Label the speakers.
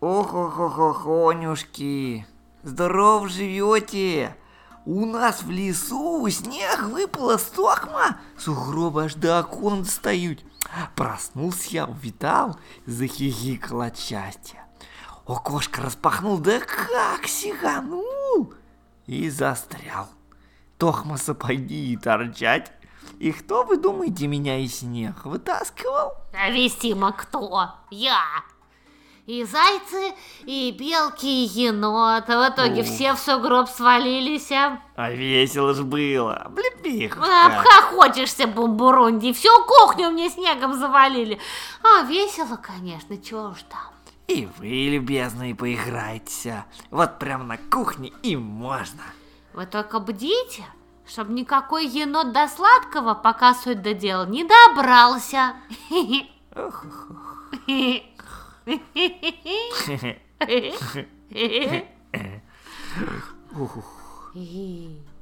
Speaker 1: ох ох ох охонюшки Здоров живете! У нас в лесу снег выпало стокма, сугробы аж до окон достают. Проснулся я, увидал, захихикал от счастья. Окошко распахнул, да как сиганул! И застрял. Тохма сапоги и торчать. И кто, вы думаете, меня из снег вытаскивал?
Speaker 2: Навестимо кто? Я. И зайцы, и белки, и енот. А В итоге
Speaker 1: Ух.
Speaker 2: все в сугроб свалились. а.
Speaker 1: А весело ж было. Облепиха.
Speaker 2: Обхохочешься, бумбурунди. Всю кухню мне снегом завалили. А, весело, конечно, чего уж там.
Speaker 1: И вы, любезные, поиграйте. Вот прям на кухне и можно.
Speaker 2: Вы только бдите, чтобы никакой енот до сладкого, пока суть до дела, не добрался. Uhuh. И